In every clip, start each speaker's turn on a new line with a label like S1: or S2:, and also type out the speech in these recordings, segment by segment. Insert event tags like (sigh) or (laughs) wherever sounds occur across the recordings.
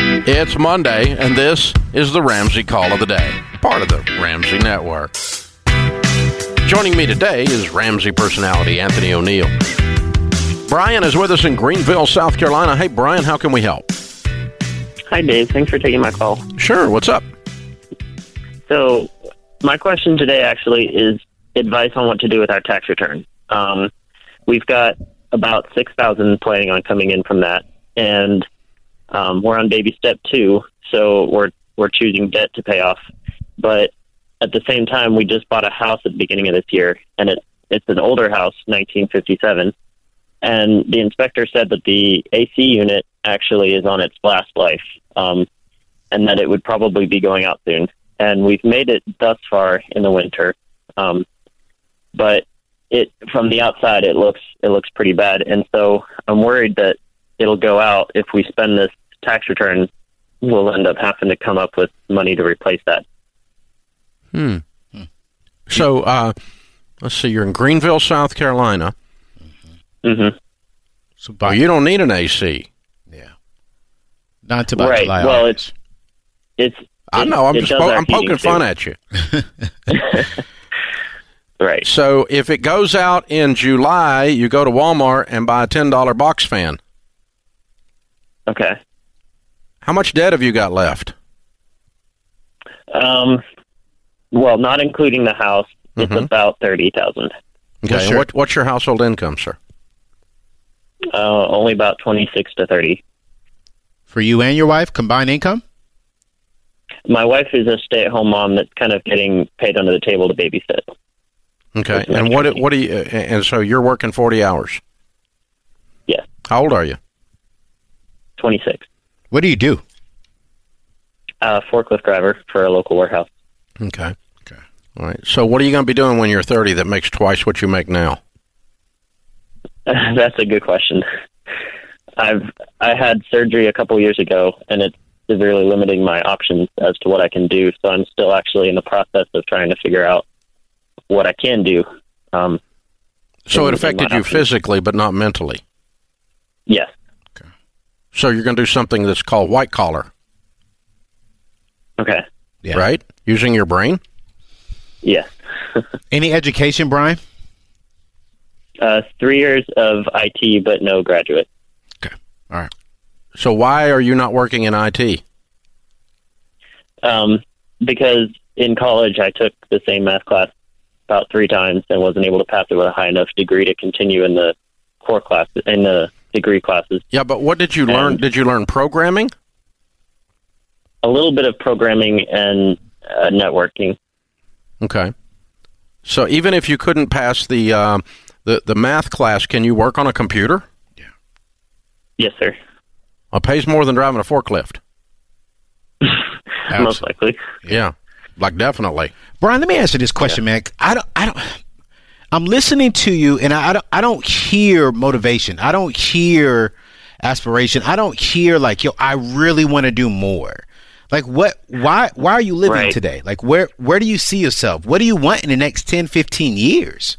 S1: It's Monday, and this is the Ramsey Call of the Day, part of the Ramsey Network. Joining me today is Ramsey personality Anthony O'Neill. Brian is with us in Greenville, South Carolina. Hey, Brian, how can we help?
S2: Hi, Dave. Thanks for taking my call.
S1: Sure, what's up?
S2: So, my question today actually is advice on what to do with our tax return. Um, we've got about six thousand planning on coming in from that, and um, we're on baby step two. So we're we're choosing debt to pay off, but at the same time, we just bought a house at the beginning of this year, and it it's an older house, 1957, and the inspector said that the AC unit actually is on its last life, um, and that it would probably be going out soon. And we've made it thus far in the winter, um, but it from the outside it looks it looks pretty bad, and so I'm worried that it'll go out if we spend this tax return. We'll end up having to come up with money to replace that.
S1: Hmm.
S2: Hmm.
S1: So, uh, let's see, you're in Greenville, South Carolina.
S2: hmm
S3: So
S1: Well,
S3: by
S1: you don't need an AC.
S3: yeah, not to uh, buy
S2: Right,
S3: July,
S2: well,
S3: August.
S2: It's
S1: I know, I'm
S2: it
S1: just
S2: does
S1: po-
S2: our
S1: I'm
S2: heating,
S1: poking fun
S2: too.
S1: at you.
S2: right.
S1: So, if it goes out in July, you go to Walmart and buy a $10 box fan.
S2: Okay.
S1: How much debt have you got left?
S2: Um, well, not including the house, it's
S1: Mhm.
S2: about thirty thousand.
S1: Okay,
S3: What's
S1: and
S3: your-
S1: what, what's your household income, sir?
S2: Uh, only about twenty six to thirty.
S3: for you and your wife combined income.
S2: My wife is a stay at home mom that's kind of getting paid under the table to babysit.
S1: Okay,
S2: That's
S1: and
S2: right.
S1: what what do you? And so you're working forty hours.
S2: Yes.
S1: How old are you?
S2: Twenty six.
S3: What do you do?
S2: Uh, forklift driver for a local warehouse. (laughs)
S1: Okay.
S3: Okay.
S1: All right. So what are you going to be doing when you're thirty that makes twice what you make now?
S2: that's a good question. I've I had surgery a couple years ago, and it's severely limiting my options as to what I can do. So I'm still actually in the process of trying to figure out what I can do. Um,
S1: So
S2: In-
S1: it
S2: in
S1: affected
S2: my
S1: you
S2: house.
S1: physically, but not mentally.
S2: yes.
S1: So you're going to do something that's called white collar,
S2: Okay.
S3: Yeah.
S1: right? Using your brain.
S2: Yes.
S3: Any education, Brian?
S2: Uh, three years of IT, but no graduate.
S3: All right.
S1: So why are you not working in IT?
S2: Um, because in college, I took the same math class about three times and wasn't able to pass it with a high enough degree to continue in the core class in the degree classes.
S1: Yeah, but what did you learn?
S2: And-
S1: Did you learn programming?
S2: A little bit of programming and uh, networking.
S1: Okay. So even if you couldn't pass the uh, the the math class, can you work on a computer?
S2: Yes, sir.
S1: It pays more than driving a forklift.
S2: Most likely.
S1: yeah. like definitely.
S3: Brian, let me answer this question, man. I don't, I don't. I'm listening to you, and I, I don't, I don't hear motivation. I don't hear aspiration. I don't hear like, yo, I really want to do more. Like, what? Why? Why are you living
S2: Right.
S3: today? Like, where? Where do you see yourself? What do you want in the next 10, 15 years?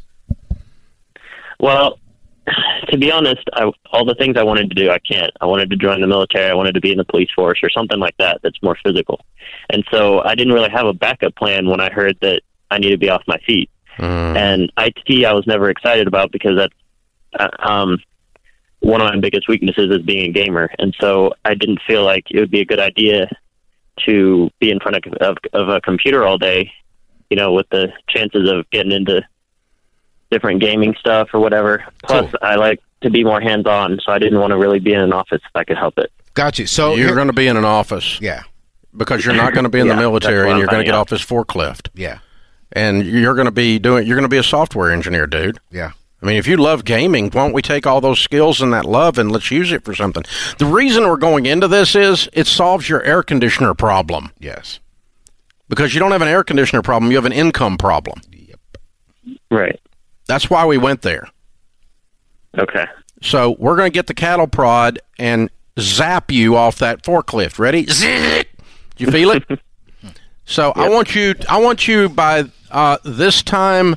S2: Well, (sighs) to be honest, I, all the things I wanted to do, I can't. I wanted to join the military. I wanted to be in the police force or something like that that's more physical. And so I didn't really have a backup plan when I heard that I need to be off my feet.
S1: Mm.
S2: And IT, I was never excited about because that's uh, um, one of my biggest weaknesses is being a gamer. And so I didn't feel like it would be a good idea to be in front of, of, of a computer all day, you know, with the chances of getting into different gaming stuff or whatever. Plus,
S1: Cool.
S2: I like to be more hands on, so I didn't want to really be in an office if I could help it.
S3: Got you. So
S1: you're
S3: Oh, here-
S1: going to be in an office
S3: yeah,
S1: because you're not going to be in the
S2: Yeah, that's what
S1: military and
S2: I'm
S1: you're going to
S2: finding
S1: get
S2: out.
S1: off this forklift
S3: yeah,
S1: and you're going to be doing you're going to be a software engineer, dude.
S3: yeah.
S1: I mean, if you love gaming, why don't we take all those skills and that love and let's use it for something? The reason we're going into this is it solves your air conditioner problem
S3: Yes.
S1: because you don't have an air conditioner problem, you have an income problem.
S2: Right.
S1: That's why we went there.
S2: Okay.
S1: So we're going to get the cattle prod and zap you off that forklift. Ready? Zit! You feel it? so I want you. I want you by uh, this time.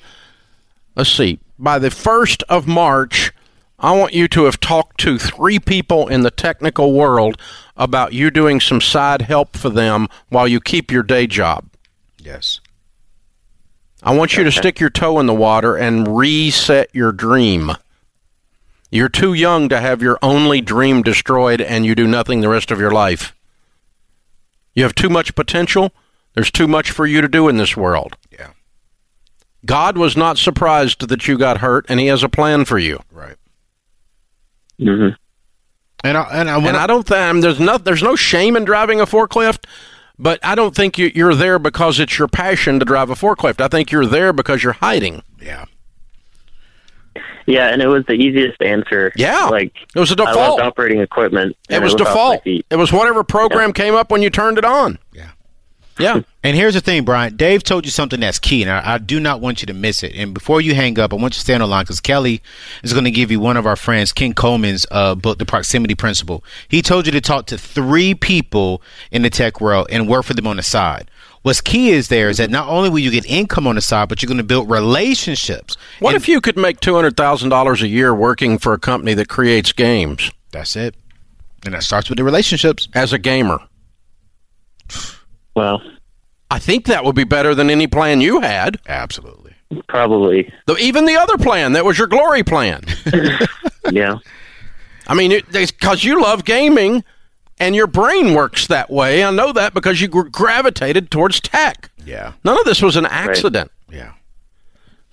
S1: Let's see. By the first of March, I want you to have talked to three people in the technical world about you doing some side help for them while you keep your day job.
S3: Yes.
S1: I want you to stick your toe in the water and reset your dream. You're too young to have your only dream destroyed and you do nothing the rest of your life. You have too much potential. There's too much for you to do in this world.
S3: Yeah.
S1: God was not surprised that you got hurt and he has a plan for you.
S3: Right.
S2: hmm
S1: Mm-hmm.
S3: And I and I
S1: And
S3: want
S1: I don't think I mean, there's no there's no shame in driving a forklift, but I don't think you, you're there because it's your passion to drive a forklift. I think you're there because you're hiding.
S3: yeah.
S2: Yeah, and it was the easiest answer.
S1: Yeah.
S2: Like
S1: It was a
S2: I loved
S1: default.
S2: operating equipment.
S1: It
S2: and
S1: was
S2: I lived off my
S1: default.
S2: feet.
S1: It was whatever program came up when you turned it on.
S3: Yeah.
S1: Yeah.
S3: And here's the thing, Brian. Dave told you something that's key, and I, I do not want you to miss it. And before you hang up, I want you to stay on the line because Kelly is going to give you one of our friends, Ken Coleman's uh, book, The Proximity Principle. He told you to talk to three people in the tech world and work for them on the side. What's key is there is that not only will you get income on the side, but you're going to build relationships.
S1: What if you could make two hundred thousand dollars a year working for a company that creates games
S3: That's it. And that starts with the relationships.
S1: as a gamer?
S2: Well,
S1: I think that would be better than any plan you had.
S3: Absolutely.
S2: probably.
S1: Though even the other plan that was your glory plan.
S2: Yeah.
S1: I mean, because you love gaming and your brain works that way. I know that because you gr- gravitated towards tech.
S3: Yeah.
S1: None of this was an accident.
S3: Yeah.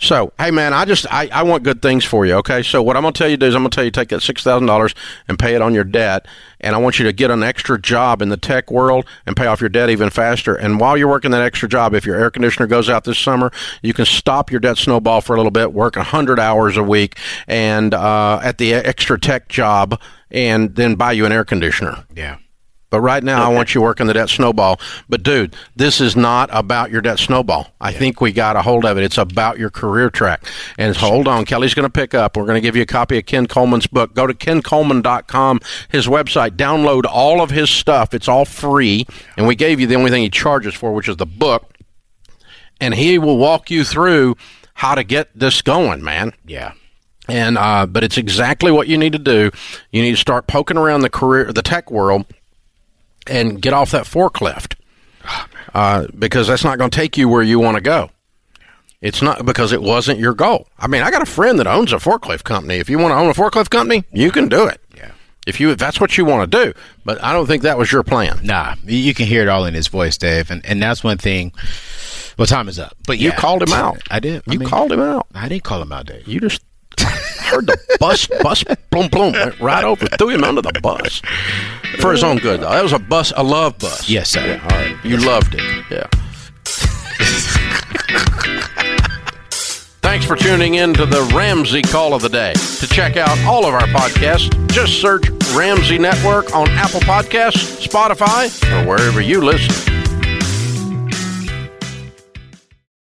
S1: So, hey, man, I just I, I want good things for you. Okay, so what I'm gonna tell you to do is I'm gonna tell you to take that six thousand dollars and pay it on your debt, and I want you to get an extra job in the tech world and pay off your debt even faster. And while you're working that extra job, if your air conditioner goes out this summer, you can stop your debt snowball for a little bit, work hundred hours a week, and uh, at the extra tech job, and then buy you an air conditioner.
S3: Yeah.
S1: But right now, I want you working the debt snowball. But dude, this is not about your debt snowball. I think we got a hold of it. It's about your career track. And hold on, Kelly's going to pick up. We're going to give you a copy of Ken Coleman's book. Go to kencoleman.com, his website. Download all of his stuff. It's all free. And we gave you the only thing he charges for, which is the book. And he will walk you through how to get this going, man.
S3: Yeah.
S1: And uh, but it's exactly what you need to do. You need to start poking around the career, the tech world, and get off that forklift
S3: Ah,
S1: uh, because that's not going to take you where you want to go. It's not because it wasn't your goal. I mean, I got a friend that owns a forklift company. If you want to own a forklift company, you can do it.
S3: Yeah.
S1: If you if that's what you want to do, but I don't think that was your plan.
S3: Nah, you- you can hear it all in his voice, Dave, and and that's one thing. Well, time is up, but
S1: You
S3: yeah.
S1: called him out.
S3: I did. I
S1: You
S3: mean,
S1: called him out.
S3: I didn't call him out, Dave.
S1: You just heard the bus, bus, boom, boom, went right over, threw him under the bus for his own good. Though that was a bus, a love bus.
S3: Yes, sir.
S1: Yeah, all right. You loved it. Yeah. Thanks for tuning in to the Ramsey Call of the Day. To check out all of our podcasts, just search Ramsey Network on Apple Podcasts, Spotify, or wherever you listen.